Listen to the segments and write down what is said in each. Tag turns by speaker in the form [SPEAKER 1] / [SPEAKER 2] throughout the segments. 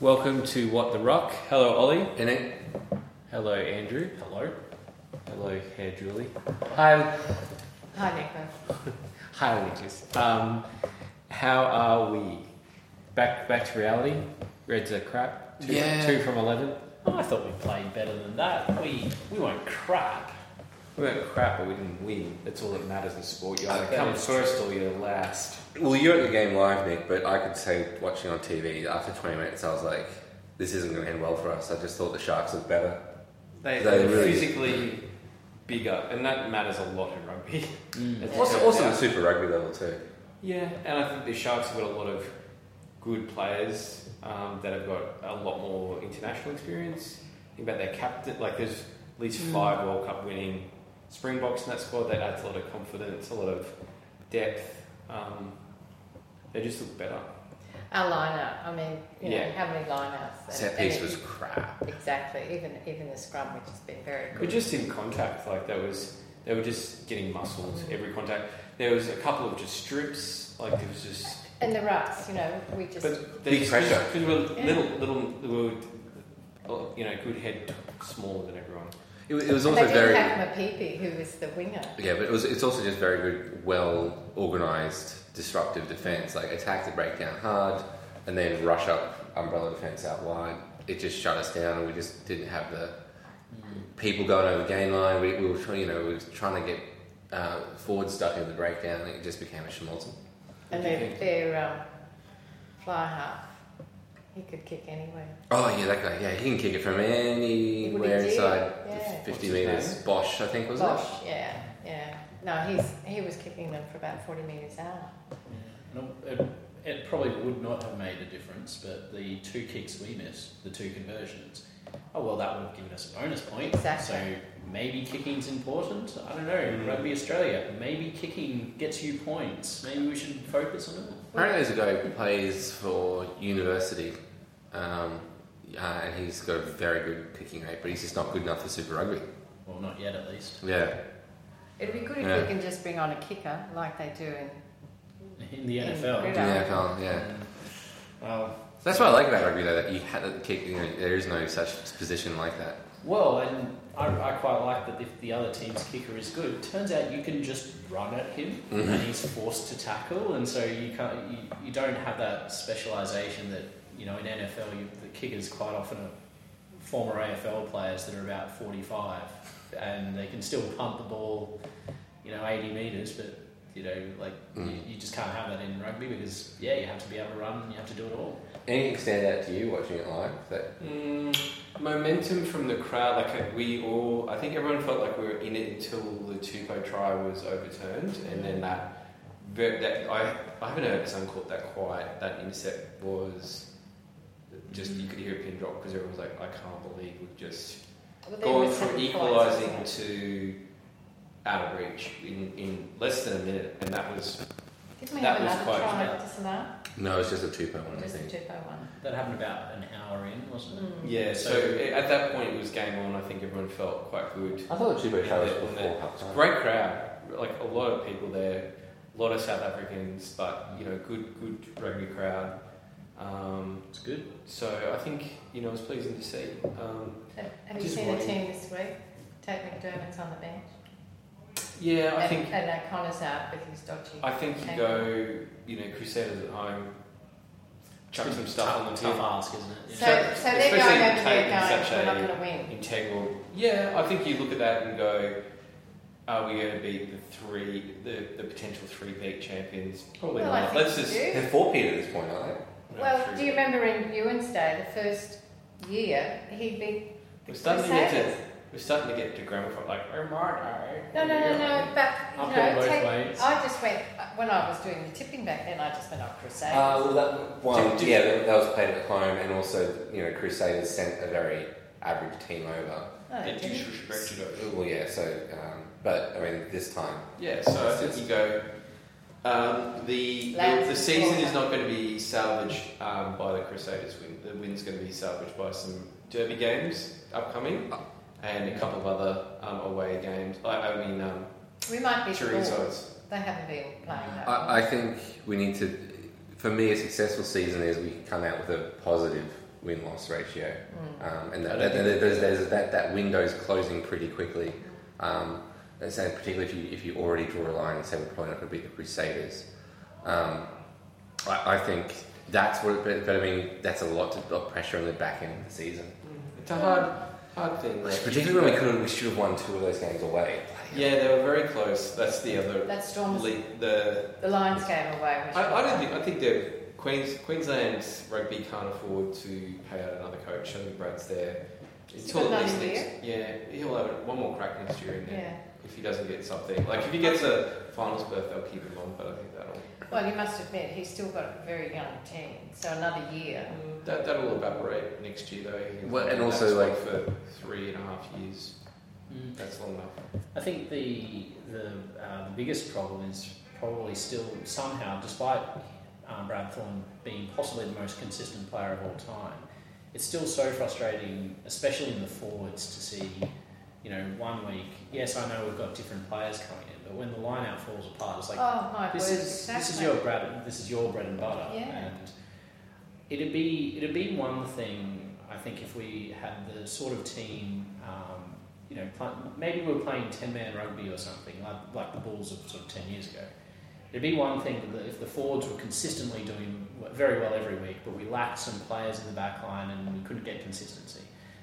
[SPEAKER 1] Welcome to What the Rock. Hello, Ollie.
[SPEAKER 2] In it?
[SPEAKER 1] Hello, Andrew. Hello. Hello, Hair Julie. Hi,
[SPEAKER 3] Hi, Nico.
[SPEAKER 1] hi, Lucas. Um, how are we? Back, back to reality. Reds are crap. Two,
[SPEAKER 2] Yeah.
[SPEAKER 1] two from eleven.
[SPEAKER 4] I thought we played better than that. We we weren't crap.
[SPEAKER 1] We weren't crap, but we didn't win. That's all that matters in sport. You either
[SPEAKER 2] Okay.
[SPEAKER 1] come first or you're last.
[SPEAKER 2] Well, you're at the game live, Nick, but I could say watching on TV after 20 minutes, I was like, this isn't going to end well for us. I just thought the Sharks looked better.
[SPEAKER 1] They,
[SPEAKER 2] They
[SPEAKER 1] are
[SPEAKER 2] really-
[SPEAKER 1] physically bigger, and that matters a lot in rugby. As it
[SPEAKER 2] Also,
[SPEAKER 1] turns
[SPEAKER 2] also
[SPEAKER 1] out.
[SPEAKER 2] the Super Rugby level, too.
[SPEAKER 1] Yeah, and I think the Sharks have got a lot of good players um, that have got a lot more international experience. Think about their captain, like there's at least five World Cup winning Springboks in that squad. That adds a lot of confidence, a lot of depth. Um, they just look better.
[SPEAKER 3] Our lineup. I mean, you know,
[SPEAKER 1] Yeah.
[SPEAKER 3] how many lineups? and-
[SPEAKER 2] Set
[SPEAKER 3] and
[SPEAKER 2] piece
[SPEAKER 3] it-
[SPEAKER 2] was crap.
[SPEAKER 3] exactly. Even even the scrum, which has been very
[SPEAKER 1] But
[SPEAKER 3] good.
[SPEAKER 1] just in contact, like that was they were just getting muscled every contact. There was a couple of just strips, like it was just
[SPEAKER 3] and the rucks, you know, we just
[SPEAKER 1] But
[SPEAKER 2] Big
[SPEAKER 1] they
[SPEAKER 2] pressure.
[SPEAKER 1] Because we were
[SPEAKER 3] Yeah.
[SPEAKER 1] little, little, we were, uh, you know, good head smaller than everyone.
[SPEAKER 2] It, wa- it was
[SPEAKER 3] they
[SPEAKER 2] also
[SPEAKER 3] didn't
[SPEAKER 2] very.
[SPEAKER 3] have Mapipi, who was the winger.
[SPEAKER 2] Yeah, but it was, it's also just very good, well organised, disruptive defence. Like, attack the breakdown hard and then rush up umbrella defence out wide. It just shut us down, and we just didn't have the people going over the game line. We, we were trying, you know, we were trying to get uh, forward stuck in the breakdown, and it just became a schmaltz.
[SPEAKER 3] And
[SPEAKER 1] do you
[SPEAKER 3] their,
[SPEAKER 1] think?
[SPEAKER 3] their um, fly half, he could kick anywhere.
[SPEAKER 2] Oh yeah, that guy. Yeah, he can kick it from
[SPEAKER 3] Well, he
[SPEAKER 2] anywhere
[SPEAKER 3] did,
[SPEAKER 2] inside
[SPEAKER 3] yeah.
[SPEAKER 2] f-
[SPEAKER 1] What's
[SPEAKER 2] fifty
[SPEAKER 1] his
[SPEAKER 2] meters. Bosch, I think was it.
[SPEAKER 3] Bosch, yeah, yeah. No, he's he was kicking them for about forty metres out.
[SPEAKER 4] And it, it probably would not have made a difference, but the two kicks we missed, the two conversions, oh well, that would have given us a bonus point.
[SPEAKER 3] Exactly.
[SPEAKER 4] So maybe kicking's important. I don't know.
[SPEAKER 1] Mm.
[SPEAKER 4] Rugby Australia, maybe kicking gets you points. Maybe we should focus on it.
[SPEAKER 2] Apparently, there's a guy who plays for university, um, uh, and he's got a very good kicking rate, but he's just not good enough for Super Rugby.
[SPEAKER 4] Well, not yet, at least.
[SPEAKER 2] Yeah,
[SPEAKER 3] It'd be good if
[SPEAKER 2] Yeah.
[SPEAKER 3] we can just bring on a kicker like they do in
[SPEAKER 4] In the
[SPEAKER 3] In
[SPEAKER 4] NFL.
[SPEAKER 3] cricket.
[SPEAKER 2] yeah,
[SPEAKER 3] Yeah.
[SPEAKER 2] NFL, yeah.
[SPEAKER 4] Well,
[SPEAKER 2] That's what I like about rugby though. That you had to kick. You know, there is no such position like that.
[SPEAKER 4] well, and I, I quite like that if the other team's kicker is good, turns out you can just run at him
[SPEAKER 1] Mm-hmm.
[SPEAKER 2] Mhm.
[SPEAKER 4] and he's forced to tackle, and so you can't, you, you don't have that specialisation that you know in NFL you, the kickers quite often are former AFL players that are about forty five, and they can still pump the ball, you know, eighty metres, but you know, like
[SPEAKER 2] Mm.
[SPEAKER 4] you, you just can't have that in rugby because yeah, you have to be able to run, and you have to do it all.
[SPEAKER 2] Anything stand out to you watching it live? That
[SPEAKER 1] Mm, momentum from the crowd, like uh, we all, I think everyone felt like we were in it until the Tuco try was overturned, and then that, ver- that I, I haven't heard a sound caught that quiet. That intercept was just you could hear a pin drop because everyone was like, I can't believe we've just
[SPEAKER 3] well, there
[SPEAKER 1] going
[SPEAKER 3] was some
[SPEAKER 1] from
[SPEAKER 3] points,
[SPEAKER 1] equalising
[SPEAKER 3] wasn't
[SPEAKER 1] to out of reach in, in less than a minute, and that was
[SPEAKER 3] it? Didn't we
[SPEAKER 1] that
[SPEAKER 3] have
[SPEAKER 1] was
[SPEAKER 3] another
[SPEAKER 1] quite-
[SPEAKER 3] try just now?
[SPEAKER 2] no, it's just a two point one. I
[SPEAKER 3] Just a
[SPEAKER 2] think.
[SPEAKER 3] two by one.
[SPEAKER 4] That happened about an hour in, wasn't it?
[SPEAKER 3] Mm.
[SPEAKER 1] yeah. So a- at that point, it was game on. I think everyone felt quite good.
[SPEAKER 2] I thought the two point
[SPEAKER 1] Yeah,
[SPEAKER 2] was
[SPEAKER 1] they-
[SPEAKER 2] before half
[SPEAKER 1] It's
[SPEAKER 2] time.
[SPEAKER 1] a great crowd, like a lot of people there, a lot of South Africans, but you know, good good rugby crowd. Um,
[SPEAKER 4] It's good.
[SPEAKER 1] so I think you know it was pleasing to see. Um,
[SPEAKER 3] Have have you
[SPEAKER 1] Just
[SPEAKER 3] seen the
[SPEAKER 1] worried.
[SPEAKER 3] team this week? Tate McDermott's on the bench.
[SPEAKER 1] yeah, I
[SPEAKER 3] and,
[SPEAKER 1] think
[SPEAKER 3] and O'Connor's out with his dodgy.
[SPEAKER 1] I think you go you know Crusaders at home, chuck some stuff on the
[SPEAKER 4] tough
[SPEAKER 1] field.
[SPEAKER 4] ask, isn't it?
[SPEAKER 3] so,
[SPEAKER 1] Yeah.
[SPEAKER 3] so they're going
[SPEAKER 1] Especially
[SPEAKER 3] over there
[SPEAKER 1] Tate
[SPEAKER 3] going,
[SPEAKER 1] is such
[SPEAKER 3] we're
[SPEAKER 1] a-
[SPEAKER 3] not going to win.
[SPEAKER 1] integral. Yeah, I think you look at that and go, are we going to be the three, the, the potential three peak champions? Probably
[SPEAKER 3] Well, I
[SPEAKER 1] not.
[SPEAKER 3] think
[SPEAKER 1] Let's
[SPEAKER 3] you
[SPEAKER 1] just.
[SPEAKER 3] do.
[SPEAKER 2] They're four peat at this point, aren't they?
[SPEAKER 3] Well, do you remember in Ewan's day, the first year, he beat the
[SPEAKER 1] We're starting to get
[SPEAKER 3] Crusaders?
[SPEAKER 1] to we're starting to get to gramophone like oh my
[SPEAKER 3] No, no, no, no, but,
[SPEAKER 4] I'll
[SPEAKER 3] you
[SPEAKER 4] put it
[SPEAKER 3] know,
[SPEAKER 4] both
[SPEAKER 3] take,
[SPEAKER 4] ways.
[SPEAKER 3] I just went, when I was doing the tipping back then, I just went "Oh, up Crusaders.
[SPEAKER 2] Uh, well, that one,
[SPEAKER 1] Did- did-
[SPEAKER 2] yeah, that, that was played at home, and also, you know, Crusaders sent a very average team over.
[SPEAKER 3] no,
[SPEAKER 1] They
[SPEAKER 3] they Oh, didn't.
[SPEAKER 1] disrespected us.
[SPEAKER 2] Well, yeah, so, um, but I mean, this time,
[SPEAKER 1] Yeah, so I think you go. Um, the, the the
[SPEAKER 3] Lads,
[SPEAKER 1] season
[SPEAKER 3] yeah.
[SPEAKER 1] is not going to be salvaged um, by the Crusaders win. The win's going to be salvaged by some derby games upcoming, and a couple of other um, away games. I, I mean, um,
[SPEAKER 3] We might be fourth.
[SPEAKER 1] Chorizo's.
[SPEAKER 3] They haven't been playing that.
[SPEAKER 2] I, I think we need to. For me, a successful season is we come out with a positive win loss ratio.
[SPEAKER 3] Mm.
[SPEAKER 2] Um, and
[SPEAKER 4] I
[SPEAKER 2] that,
[SPEAKER 4] don't
[SPEAKER 2] that,
[SPEAKER 4] think
[SPEAKER 2] that, there's, there's that, that window's closing pretty quickly. Um, and so particularly if you, if you already draw a line and say we're probably not going to beat the Crusaders. Um, I, I think that's what, it, but, but I mean, that's a lot to of pressure on the back end of the season.
[SPEAKER 1] It's a hard, hard thing. Like,
[SPEAKER 2] Particularly when we could we should have won two of those games away.
[SPEAKER 1] Yeah, they were very close. That's the other.
[SPEAKER 3] That Storms,
[SPEAKER 1] le- the
[SPEAKER 3] the Lions game away. which
[SPEAKER 1] I, I don't think I think the Queens, Queensland's rugby can't afford to pay out another coach. I think Brad's there.
[SPEAKER 3] He's
[SPEAKER 1] Until
[SPEAKER 3] got
[SPEAKER 1] at least
[SPEAKER 3] another
[SPEAKER 1] next, yeah, he'll have one more crack next year in there.
[SPEAKER 3] Yeah.
[SPEAKER 1] If he doesn't get something, like if he gets a finals berth, they'll keep him on. But I think that'll
[SPEAKER 3] Well, you must admit he's still got a very young team, so another year.
[SPEAKER 1] that that'll evaporate next year though. He'll
[SPEAKER 2] Well,
[SPEAKER 1] be
[SPEAKER 2] and
[SPEAKER 1] in that
[SPEAKER 2] also,
[SPEAKER 1] spot
[SPEAKER 2] like-
[SPEAKER 1] for three and a half years,
[SPEAKER 4] Mm.
[SPEAKER 1] that's long enough.
[SPEAKER 4] I think the the, uh, the biggest problem is probably still somehow, despite um, Brad Thorne being possibly the most consistent player of all time, it's still so frustrating, especially in the forwards, to see. You know, one week, yes, I know we've got different players coming in, but when the line out falls apart, it's like,
[SPEAKER 3] oh my
[SPEAKER 4] this
[SPEAKER 3] word!
[SPEAKER 4] is
[SPEAKER 3] exactly.
[SPEAKER 4] this is your bread this is your bread and butter.
[SPEAKER 3] Yeah.
[SPEAKER 4] And it'd be it'd be one thing I think if we had the sort of team, um, you know, pl- maybe we were playing ten man rugby or something like like the Bulls of sort of ten years ago. It'd be one thing that if the forwards were consistently doing w- very well every week, but we lacked some players in the back line and we couldn't get consistency.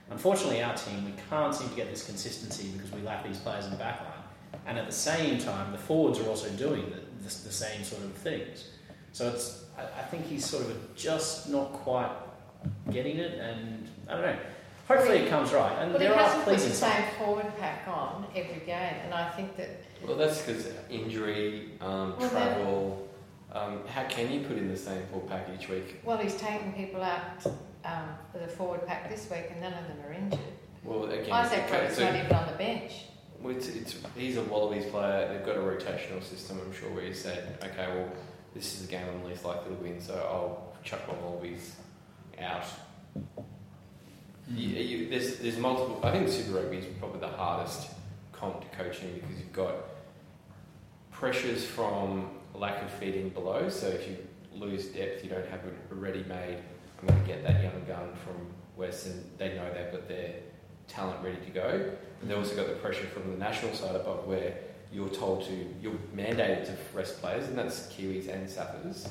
[SPEAKER 4] Unfortunately, our team, we can't seem to get this consistency because we lack these players in the back line. And at the same time, the forwards are also doing the, the, the same sort of things. So it's, I, I think he's sort of just not quite getting it, and I don't know. Hopefully, it comes right. And
[SPEAKER 3] Well, he
[SPEAKER 4] there are
[SPEAKER 3] hasn't put the
[SPEAKER 4] pleasing signs.
[SPEAKER 3] same forward pack on every game, and I think that
[SPEAKER 1] Well, that's because injury, um,
[SPEAKER 3] Well, then-
[SPEAKER 1] travel. Um, how can you put in the same full package week?
[SPEAKER 3] well, he's taken people out um, for the forward pack this week, and none of them are injured.
[SPEAKER 1] Well, again,
[SPEAKER 3] Isaac
[SPEAKER 1] okay,
[SPEAKER 3] Brock's
[SPEAKER 1] so
[SPEAKER 3] not even on the bench.
[SPEAKER 1] Well, It's, it's, he's a Wallabies player. They've got a rotational system, I'm sure, where you say, okay, well, this is the game I'm least likely to win, so I'll chuck my Wallabies out. You, you, there's, there's multiple. I think Super Rugby is probably the hardest comp to coach in because you've got pressures from lack of feeding below. So if you lose depth, you don't have a ready-made. I'm going to get that young gun from Western. They know they've got their talent ready to go. And they've also got the pressure from the national side above where you're told to, you're mandated to rest players, and that's Kiwis and Sappers.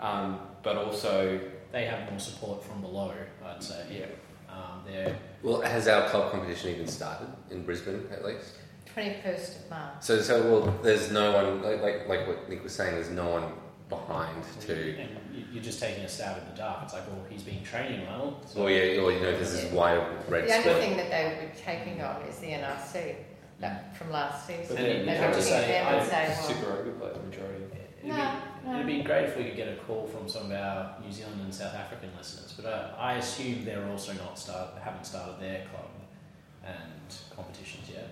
[SPEAKER 1] Um, but also,
[SPEAKER 4] They have more support from below, I'd say.
[SPEAKER 1] yeah,
[SPEAKER 4] Um, they're
[SPEAKER 2] Well, has our club competition even started in Brisbane at least?
[SPEAKER 3] Twenty first of March.
[SPEAKER 2] So, so well, there's no one like like, like what Nick was saying. There's no one behind to.
[SPEAKER 4] and you- you're just taking a stab in the dark. It's like, well, he's been training well. so-
[SPEAKER 2] Or yeah, or you know, there's this wide red
[SPEAKER 3] The only
[SPEAKER 2] spot.
[SPEAKER 3] thing that they would be taking on is the NRC like, from last
[SPEAKER 1] But
[SPEAKER 3] season.
[SPEAKER 1] then
[SPEAKER 3] And
[SPEAKER 1] you
[SPEAKER 3] they'd
[SPEAKER 1] have to
[SPEAKER 3] look at
[SPEAKER 4] say,
[SPEAKER 3] them and say, well,
[SPEAKER 1] super rugby players, majority.
[SPEAKER 4] It'd
[SPEAKER 3] No,
[SPEAKER 4] be,
[SPEAKER 3] no.
[SPEAKER 4] it'd be great if we could get a call from some of our New Zealand and South African listeners, but uh, I assume they're also not start haven't started their club and competitions yet.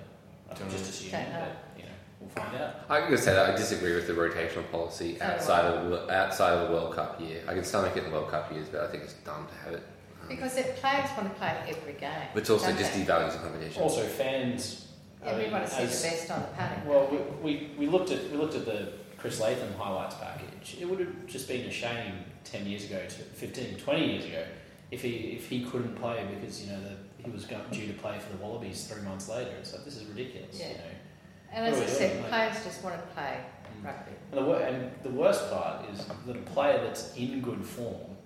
[SPEAKER 4] I
[SPEAKER 1] Don't
[SPEAKER 4] just
[SPEAKER 1] know.
[SPEAKER 4] assume,
[SPEAKER 3] Don't know.
[SPEAKER 4] but you know, we'll find out.
[SPEAKER 2] I can say that I disagree with the rotational policy
[SPEAKER 3] So do I.
[SPEAKER 2] outside of the- outside of the World Cup year. I can stomach it in World Cup years, but I think it's dumb to have it. Um,
[SPEAKER 3] Because the players want to play every game.
[SPEAKER 2] but it's also
[SPEAKER 3] don't
[SPEAKER 2] just
[SPEAKER 3] they?
[SPEAKER 2] devalues the competition.
[SPEAKER 4] Also, fans. I
[SPEAKER 3] Yeah, we
[SPEAKER 4] mean,
[SPEAKER 3] want to see the
[SPEAKER 4] as-
[SPEAKER 3] best on the paddock.
[SPEAKER 4] Well, we, we, we looked at we looked at the Chris Latham highlights package. It would have just been a shame ten years ago, to 15, 20 years ago, if he if he couldn't play because you know the, he was go- due to play for the Wallabies three months later. It's like this is ridiculous.
[SPEAKER 3] Yeah.
[SPEAKER 4] You know.
[SPEAKER 3] and as
[SPEAKER 4] well,
[SPEAKER 3] I
[SPEAKER 4] yeah,
[SPEAKER 3] said,
[SPEAKER 4] like-
[SPEAKER 3] players just want to play rugby.
[SPEAKER 4] And the, wor- and the worst part is that a player that's in good form,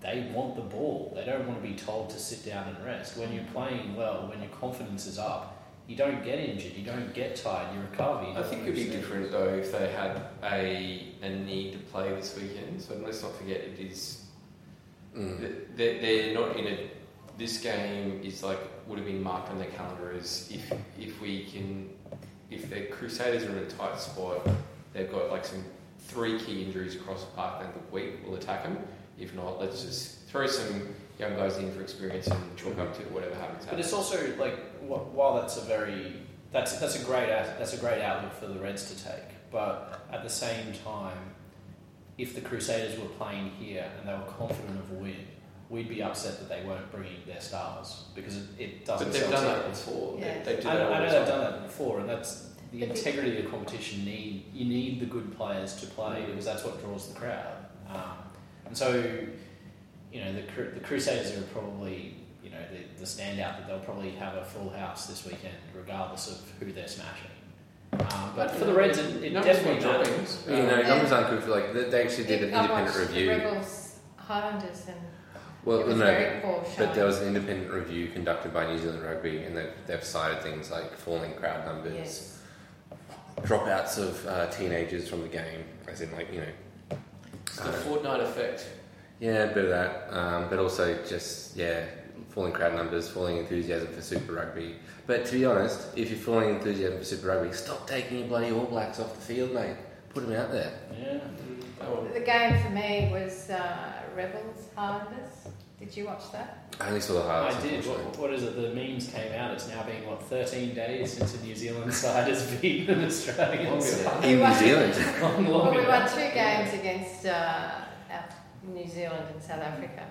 [SPEAKER 4] they want the ball. They don't want to be told to sit down and rest. When you're playing well, when your confidence is up, you don't get injured. You don't get tired. You recover. You
[SPEAKER 1] I
[SPEAKER 4] don't
[SPEAKER 1] think it'd be
[SPEAKER 4] lose it.
[SPEAKER 1] different though if they had a, a need to play this weekend. So let's not forget it is
[SPEAKER 2] Mm.
[SPEAKER 1] they, they're not in a. This game is like would have been marked on their calendar as if if we can, if the Crusaders are in a tight spot, they've got like some three key injuries across the park. Then the week will attack them. If not, let's just throw some young guys in for experience and chalk up to whatever happens.
[SPEAKER 4] But
[SPEAKER 1] happens.
[SPEAKER 4] it's also like wh- while that's a very that's that's a great out- that's a great outlook for the Reds to take, but at the same time, if the Crusaders were playing here and they were confident of a win, we'd be upset that they weren't bringing their stars because it, it doesn't.
[SPEAKER 1] But they've
[SPEAKER 4] sell
[SPEAKER 1] done that
[SPEAKER 4] tickets.
[SPEAKER 1] before.
[SPEAKER 3] Yeah.
[SPEAKER 1] They, they do
[SPEAKER 4] I,
[SPEAKER 1] that all
[SPEAKER 4] I know
[SPEAKER 1] the
[SPEAKER 4] they've
[SPEAKER 1] time.
[SPEAKER 4] done that before, and that's the
[SPEAKER 3] But the-
[SPEAKER 4] integrity of the competition. Need you need the good players to play
[SPEAKER 1] Mm.
[SPEAKER 4] because that's what draws the crowd, um, and so you know the Cru- the Crusaders are probably you know the, the standout that they'll probably have a full house this weekend, regardless of who they're smashing. Um, but for the Reds, it, it
[SPEAKER 1] Numbers
[SPEAKER 4] definitely
[SPEAKER 1] were dropping.
[SPEAKER 4] matters.
[SPEAKER 2] You know, numbers aren't good for like they- they actually did an
[SPEAKER 3] I watched
[SPEAKER 2] independent
[SPEAKER 3] The
[SPEAKER 2] review.
[SPEAKER 3] Rebels, Highlanders, and
[SPEAKER 2] Well,
[SPEAKER 3] it was
[SPEAKER 2] no,
[SPEAKER 3] very poor.
[SPEAKER 2] but
[SPEAKER 3] showing.
[SPEAKER 2] there was an independent review conducted by New Zealand Rugby, and they've, they've cited things like falling crowd numbers,
[SPEAKER 3] yes.
[SPEAKER 2] dropouts of uh, teenagers from the game, as in like you know, uh,
[SPEAKER 1] It's
[SPEAKER 2] I
[SPEAKER 1] the
[SPEAKER 2] don't know.
[SPEAKER 1] Fortnite effect.
[SPEAKER 2] yeah, a bit of that, um, but also just yeah, falling crowd numbers, falling enthusiasm for Super Rugby. But to be honest, if you're falling enthusiasm for Super Rugby, stop taking your bloody All Blacks off the field, mate. Put them out there.
[SPEAKER 4] Yeah. Mm.
[SPEAKER 1] Oh,
[SPEAKER 3] The game for me was uh, Rebels, Highlanders. Did you watch that?
[SPEAKER 2] I only saw the highlights.
[SPEAKER 4] I did.
[SPEAKER 2] unfortunately.
[SPEAKER 4] What, what is it? The memes came out. It's now been what thirteen days since a New Zealand side has beaten an Australian
[SPEAKER 1] Long
[SPEAKER 4] side.
[SPEAKER 2] In
[SPEAKER 3] We
[SPEAKER 2] New
[SPEAKER 3] won-
[SPEAKER 2] Zealand,
[SPEAKER 4] Long,
[SPEAKER 3] Well,
[SPEAKER 4] long
[SPEAKER 3] we won
[SPEAKER 4] enough.
[SPEAKER 3] two games against uh, Af- New Zealand and South Africa.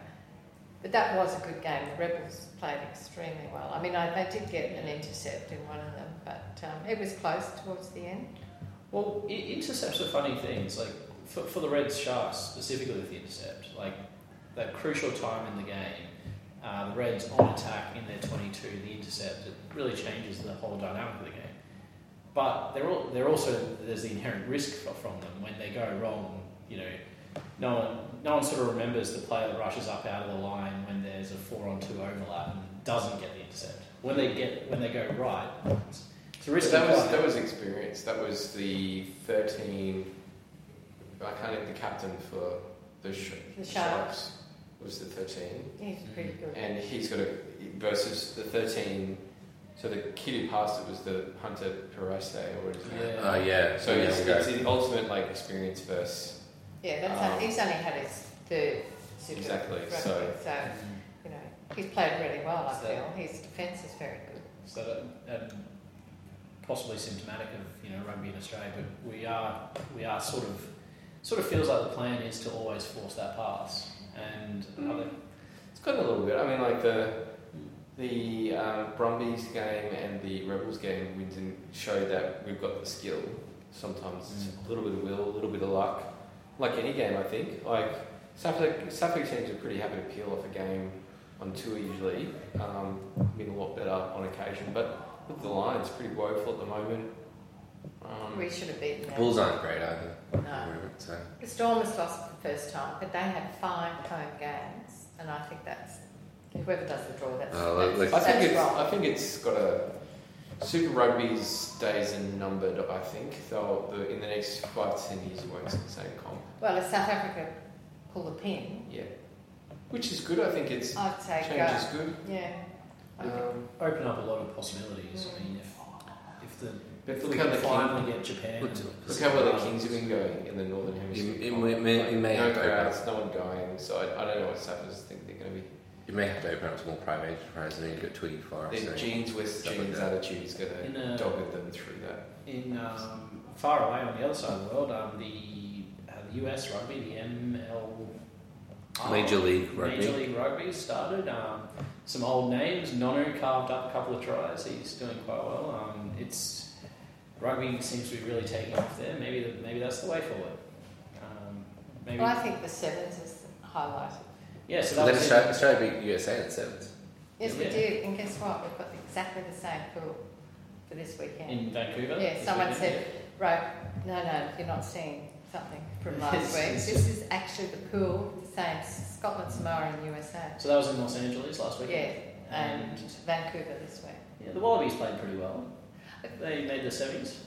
[SPEAKER 3] But that was a good game. The Rebels played extremely well. I mean, I, they did get an intercept in one of them, but um, it was close towards the end.
[SPEAKER 4] Well, i- intercepts are funny things. Like for, for the Reds Sharks specifically with the intercept, like that crucial time in the game, uh, the Reds on attack in their twenty-two, the intercept it really changes the whole dynamic of the game. But they're all, they're also there's the inherent risk fro- from them when they go wrong. You know, no one no one sort of remembers the player that rushes up out of the line when there's a four-on-two overlap and doesn't get the intercept. When they get when they go right, it's, it's a
[SPEAKER 1] But
[SPEAKER 4] risk.
[SPEAKER 1] that was that was experience. That was the thirteen. I can't even the captain for the, sh-
[SPEAKER 3] The
[SPEAKER 1] sharks was the thirteen,
[SPEAKER 3] He's pretty good.
[SPEAKER 1] and he's got a versus the thirteen. So the kid who passed it was the Hunter Perase or what is it?
[SPEAKER 4] Yeah.
[SPEAKER 2] Oh yeah.
[SPEAKER 1] So
[SPEAKER 2] yeah,
[SPEAKER 1] it's,
[SPEAKER 2] we'll go.
[SPEAKER 1] it's the ultimate like experience versus
[SPEAKER 3] Yeah, that's
[SPEAKER 1] Um,
[SPEAKER 3] he's only had his third Super
[SPEAKER 1] Exactly,
[SPEAKER 3] Rugby,
[SPEAKER 1] so-
[SPEAKER 3] you know he's played really well. I
[SPEAKER 4] So-
[SPEAKER 3] feel his defence is very good.
[SPEAKER 4] So that, um, possibly symptomatic of you know rugby in Australia, but we are we are sort of sort of feels like the plan is to always force that pass, and other,
[SPEAKER 1] It's gotten a little bit. I mean, like the the um, Brumbies game and the Rebels game, we didn't show that we've got the skill. Sometimes it's a little bit of will, a little bit of luck. Like any game, I think. Like Suffolk, Suffolk teams are pretty happy to peel off a game on tour usually. Um, been a lot better on occasion, but with the Lions, pretty woeful at the moment. Um,
[SPEAKER 3] We should have beaten them.
[SPEAKER 2] Bulls aren't great either.
[SPEAKER 3] No.
[SPEAKER 2] So
[SPEAKER 3] The Storm has lost for the first time, but they had five home games, and I think that's whoever does the draw. That's,
[SPEAKER 2] Oh, look-
[SPEAKER 1] Uh, I
[SPEAKER 3] that's,
[SPEAKER 1] think
[SPEAKER 3] that's
[SPEAKER 1] it's.
[SPEAKER 3] wrong.
[SPEAKER 1] I think it's got a. Super Rugby's days are numbered. I think though the, in the next five to ten years it won't see the same comp.
[SPEAKER 3] Well, if South Africa pull the pin,
[SPEAKER 1] Yeah, which is good. I think it's
[SPEAKER 3] I'd say
[SPEAKER 1] change is
[SPEAKER 3] go.
[SPEAKER 1] good.
[SPEAKER 3] Yeah. I think-
[SPEAKER 1] Um,
[SPEAKER 4] open up a lot of possibilities. I mean, if if the
[SPEAKER 1] but
[SPEAKER 4] if
[SPEAKER 1] look
[SPEAKER 4] we
[SPEAKER 1] how
[SPEAKER 4] can
[SPEAKER 1] the king,
[SPEAKER 4] finally get Japan,
[SPEAKER 2] Look-
[SPEAKER 1] look how well the Kings have been going in the Northern Hemisphere.
[SPEAKER 2] It- it
[SPEAKER 1] comp.
[SPEAKER 2] may- may- it may
[SPEAKER 1] no
[SPEAKER 2] have to open up.
[SPEAKER 1] crowds, no one going. So I, I don't know what Sappers think they're going to be.
[SPEAKER 2] you may have to open up some more private enterprise and then you got Tweety for us.
[SPEAKER 1] Their
[SPEAKER 2] so-
[SPEAKER 1] jeans, West
[SPEAKER 2] Stuff like
[SPEAKER 1] jeans
[SPEAKER 2] that.
[SPEAKER 1] attitude is going
[SPEAKER 4] In
[SPEAKER 1] to
[SPEAKER 4] a-
[SPEAKER 1] dog them through that.
[SPEAKER 4] in um, far away on the other side of the world, um, the uh, the US rugby, the ML
[SPEAKER 2] Oh. Major League
[SPEAKER 4] Major
[SPEAKER 2] Rugby.
[SPEAKER 4] League Rugby started. Um, some old names. Nonu carved up a couple of tries. He's doing quite well. Um, it's rugby seems to be really taking off there. Maybe the, maybe that's the way forward. Um, maybe
[SPEAKER 3] Well, I think the sevens is highlighted.
[SPEAKER 4] yeah. So that
[SPEAKER 2] Let
[SPEAKER 4] was
[SPEAKER 2] Australia, Australia beat USA in the sevens.
[SPEAKER 3] Yes, we
[SPEAKER 4] Yeah.
[SPEAKER 3] did, and guess what? We've got exactly the same pool for this
[SPEAKER 4] in,
[SPEAKER 3] weekend.
[SPEAKER 4] in Vancouver.
[SPEAKER 3] Yeah,
[SPEAKER 4] this
[SPEAKER 3] someone
[SPEAKER 4] weekend.
[SPEAKER 3] said- Right, no, no, you're not seeing something from last week.
[SPEAKER 4] Yes.
[SPEAKER 3] This is actually the pool, the same Scotland, Samoa, and USA.
[SPEAKER 4] So that was in Los Angeles last week.
[SPEAKER 3] Yeah, and
[SPEAKER 4] and
[SPEAKER 3] Vancouver this week.
[SPEAKER 4] yeah, the Wallabies played pretty well. They made the semis.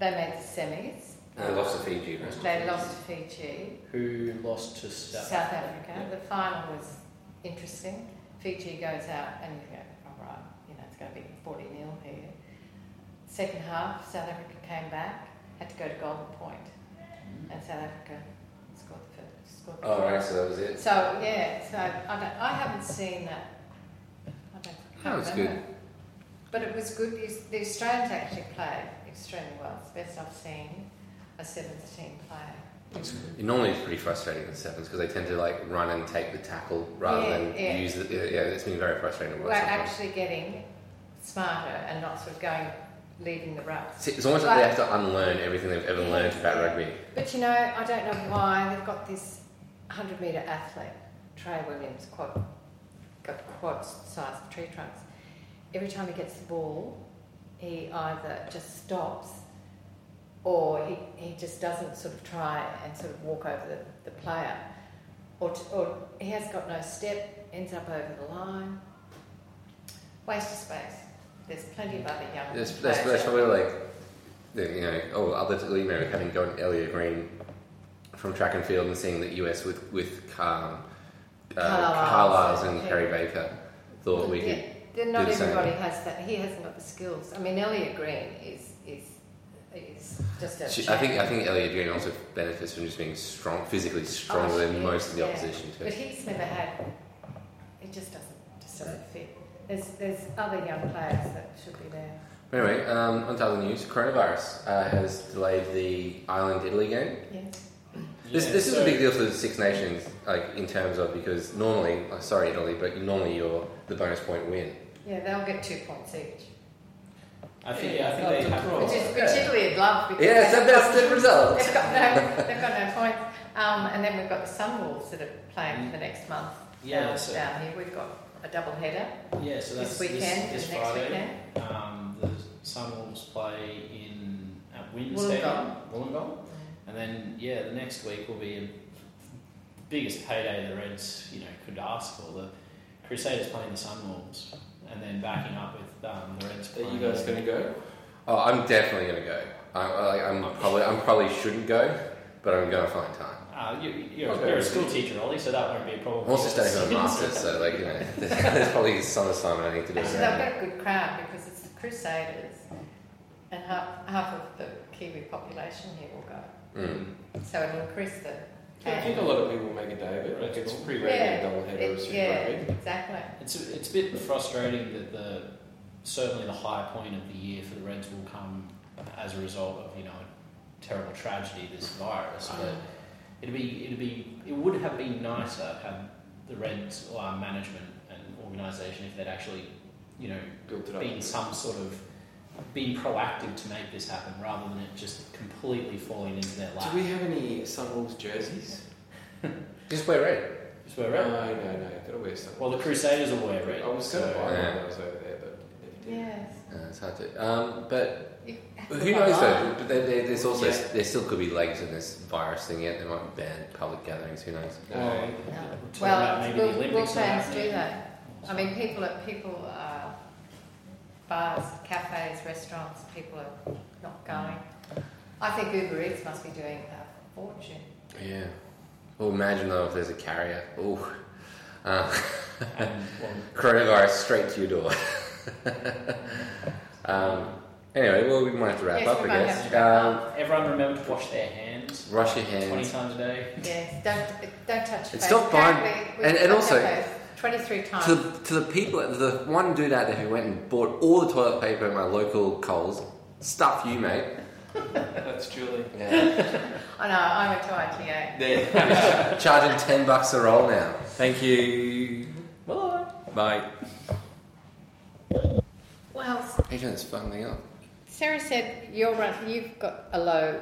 [SPEAKER 3] They made the semis.
[SPEAKER 2] They lost to Fiji. right?
[SPEAKER 3] They lost to Fiji,
[SPEAKER 4] Who lost to
[SPEAKER 3] South,
[SPEAKER 4] South,
[SPEAKER 3] Africa.
[SPEAKER 4] Yeah.
[SPEAKER 3] The final was interesting. Fiji goes out, and you go, all right, you know, it's going to be 40 nil here. Second half, South Africa came back, had to go to Golden Point,
[SPEAKER 4] Hmm.
[SPEAKER 3] and South Africa scored the first. Scored the
[SPEAKER 2] Oh,
[SPEAKER 3] first.
[SPEAKER 2] right, so that was it.
[SPEAKER 3] So yeah, so I, don't, I haven't seen that. I don't,
[SPEAKER 2] That was
[SPEAKER 3] remember. But it was good. The, the Australians actually played extremely well. It's the best I've seen a seventh team play.
[SPEAKER 2] It normally it's pretty frustrating in the sevens because they tend to like run and take the tackle rather
[SPEAKER 3] Yeah,
[SPEAKER 2] than
[SPEAKER 3] yeah.
[SPEAKER 2] use it. Yeah, yeah, it's been very frustrating. to
[SPEAKER 3] We're
[SPEAKER 2] watch sometimes.
[SPEAKER 3] actually getting smarter and not sort of going leaving the ruts.
[SPEAKER 2] See, It's almost like they have to unlearn everything they've ever learned about rugby.
[SPEAKER 3] But you know, I don't know why they've got this hundred meter athlete Trey Williams quad, got quad-sized tree trunks. Every time he gets the ball, he either just stops or he, he just doesn't sort of try and sort of walk over the, the player. Or, t- or he has got no step, ends up over the line. Waste of space. There's plenty of other young
[SPEAKER 2] That's,
[SPEAKER 3] players.
[SPEAKER 2] that's, that's
[SPEAKER 3] out
[SPEAKER 2] probably like, the, you know, oh, other, you know, having gone Elliot Green from track and field and seeing the US with, with um, uh,
[SPEAKER 3] Carlisle.
[SPEAKER 2] Carlisle's and
[SPEAKER 3] Yeah.
[SPEAKER 2] Kerry Baker, thought we
[SPEAKER 3] Yeah,
[SPEAKER 2] could.
[SPEAKER 3] then not
[SPEAKER 2] do the same.
[SPEAKER 3] everybody has that. He hasn't got the skills. I mean, Elliot Green is is is just a.
[SPEAKER 2] She, I think I
[SPEAKER 3] champ.
[SPEAKER 2] think Elliot Green also benefits from just being strong, physically stronger
[SPEAKER 3] Oh, she
[SPEAKER 2] than
[SPEAKER 3] is,
[SPEAKER 2] most of the
[SPEAKER 3] yeah.
[SPEAKER 2] opposition too.
[SPEAKER 3] But he's never had. It just doesn't just doesn't fit. There's there's other young players that should be there.
[SPEAKER 2] But anyway, um, on to other news, coronavirus uh, has delayed the Ireland Italy game.
[SPEAKER 3] Yes.
[SPEAKER 2] This,
[SPEAKER 4] Yeah,
[SPEAKER 2] this is
[SPEAKER 4] so-
[SPEAKER 2] a big deal for the Six Nations, like in terms of because normally, oh, sorry Italy, but normally you're the bonus point win.
[SPEAKER 3] Yeah, they'll get two points each.
[SPEAKER 4] I think, yeah, I think they have
[SPEAKER 3] Which is
[SPEAKER 2] yeah.
[SPEAKER 3] particularly love because
[SPEAKER 2] Oh, Yeah, so
[SPEAKER 3] they've
[SPEAKER 2] that's
[SPEAKER 3] got-
[SPEAKER 2] the result.
[SPEAKER 3] They've got no, they've got no points. Um, and then we've got the Sunwolves that are playing for the next month.
[SPEAKER 4] Yeah,
[SPEAKER 3] down,
[SPEAKER 4] so-
[SPEAKER 3] down here we've got a double header
[SPEAKER 4] Yeah, so that's
[SPEAKER 3] this weekend
[SPEAKER 4] this, this
[SPEAKER 3] and next
[SPEAKER 4] Friday.
[SPEAKER 3] weekend.
[SPEAKER 4] Um, the Sunwolves play in at Wednesday,
[SPEAKER 3] Wollongong.
[SPEAKER 4] Wollongong, and then yeah, the next week will be the biggest payday the Reds you know could ask for. The Crusaders playing the Sunwolves, and then backing up with um, the Reds.
[SPEAKER 1] Are
[SPEAKER 4] Playing
[SPEAKER 1] you guys going to go?
[SPEAKER 2] Oh, I'm definitely gonna go. I'm, like, I'm probably I'm probably shouldn't go, but I'm gonna find time.
[SPEAKER 4] Uh, you, you're,
[SPEAKER 1] Okay.
[SPEAKER 4] you're a school teacher, Ollie, so that won't be a problem.
[SPEAKER 2] I'm also studying for a master's,
[SPEAKER 4] So-
[SPEAKER 2] so like you know, there's probably some assignment I need to do.
[SPEAKER 3] Actually, they've got a good crowd because it's the Crusaders, and half, half of the Kiwi population here will go.
[SPEAKER 2] Mm.
[SPEAKER 3] So it'll increase the.
[SPEAKER 1] Yeah, I think a lot of people will make a day of it. Like it's pretty regular
[SPEAKER 3] Yeah,
[SPEAKER 1] double header of
[SPEAKER 3] It-
[SPEAKER 1] Super
[SPEAKER 3] yeah,
[SPEAKER 1] Rugby.
[SPEAKER 3] exactly.
[SPEAKER 4] It's a, it's a bit frustrating that the certainly the high point of the year for the Reds will come as a result of you know a terrible tragedy, this virus. But it'd be it'd be it would have been nicer had the Reds or our management and organisation if they'd actually you know
[SPEAKER 1] Built it up.
[SPEAKER 4] been some sort of been proactive to make this happen rather than it just completely falling into their lap.
[SPEAKER 1] Do we have any Sunwolves jerseys?
[SPEAKER 2] Just wear red.
[SPEAKER 4] Just wear
[SPEAKER 1] No,
[SPEAKER 4] red.
[SPEAKER 1] no, no. Gotta wear Sunwolves.
[SPEAKER 4] well, the Crusaders will wear red.
[SPEAKER 1] I was going to
[SPEAKER 4] so-
[SPEAKER 1] buy one
[SPEAKER 2] Yeah.
[SPEAKER 1] when I was over there, but never did.
[SPEAKER 3] Yes.
[SPEAKER 2] Uh, it's hard to. Um, but
[SPEAKER 3] You-
[SPEAKER 2] who knows though? But there, there, there's also
[SPEAKER 1] Yeah.
[SPEAKER 2] there still could be legs in this virus thing yet. They might ban public gatherings. Who knows?
[SPEAKER 1] No.
[SPEAKER 4] uh, Well,
[SPEAKER 3] No.
[SPEAKER 4] talk about
[SPEAKER 3] Well,
[SPEAKER 4] maybe the
[SPEAKER 3] will, will
[SPEAKER 4] Olympics not
[SPEAKER 3] fans
[SPEAKER 4] happening.
[SPEAKER 3] do that? I mean, people at people, uh, bars, cafes, restaurants, people are not going. I think Uber Eats must be doing a fortune.
[SPEAKER 2] Yeah. Well, imagine though if there's a carrier. Ooh. Uh,
[SPEAKER 4] and, well,
[SPEAKER 2] coronavirus straight to your door. um, anyway, well, we might have to wrap
[SPEAKER 3] Yes,
[SPEAKER 2] up, I
[SPEAKER 3] we might
[SPEAKER 2] guess.
[SPEAKER 3] have to wrap
[SPEAKER 2] um,
[SPEAKER 4] Everyone remember to wash their hands
[SPEAKER 2] Wash your
[SPEAKER 4] 20
[SPEAKER 2] hands.
[SPEAKER 4] times a day.
[SPEAKER 3] Yes, don't don't touch your
[SPEAKER 2] It's
[SPEAKER 3] face.
[SPEAKER 2] not fine.
[SPEAKER 3] Apparently, we
[SPEAKER 2] And- and
[SPEAKER 3] touch
[SPEAKER 2] also-
[SPEAKER 3] our face twenty-three times.
[SPEAKER 2] To, to the people, the one dude out there who went and bought all the toilet paper at my local Coles, stuff you, mate.
[SPEAKER 1] That's Julie.
[SPEAKER 2] Yeah.
[SPEAKER 3] I know. I went to ITA.
[SPEAKER 1] There.
[SPEAKER 2] Charging 10 bucks a roll now.
[SPEAKER 1] Thank you.
[SPEAKER 4] Bye.
[SPEAKER 1] Bye.
[SPEAKER 3] Well,
[SPEAKER 2] Adrian's fucking up.
[SPEAKER 3] Sarah said you're right. You've got a low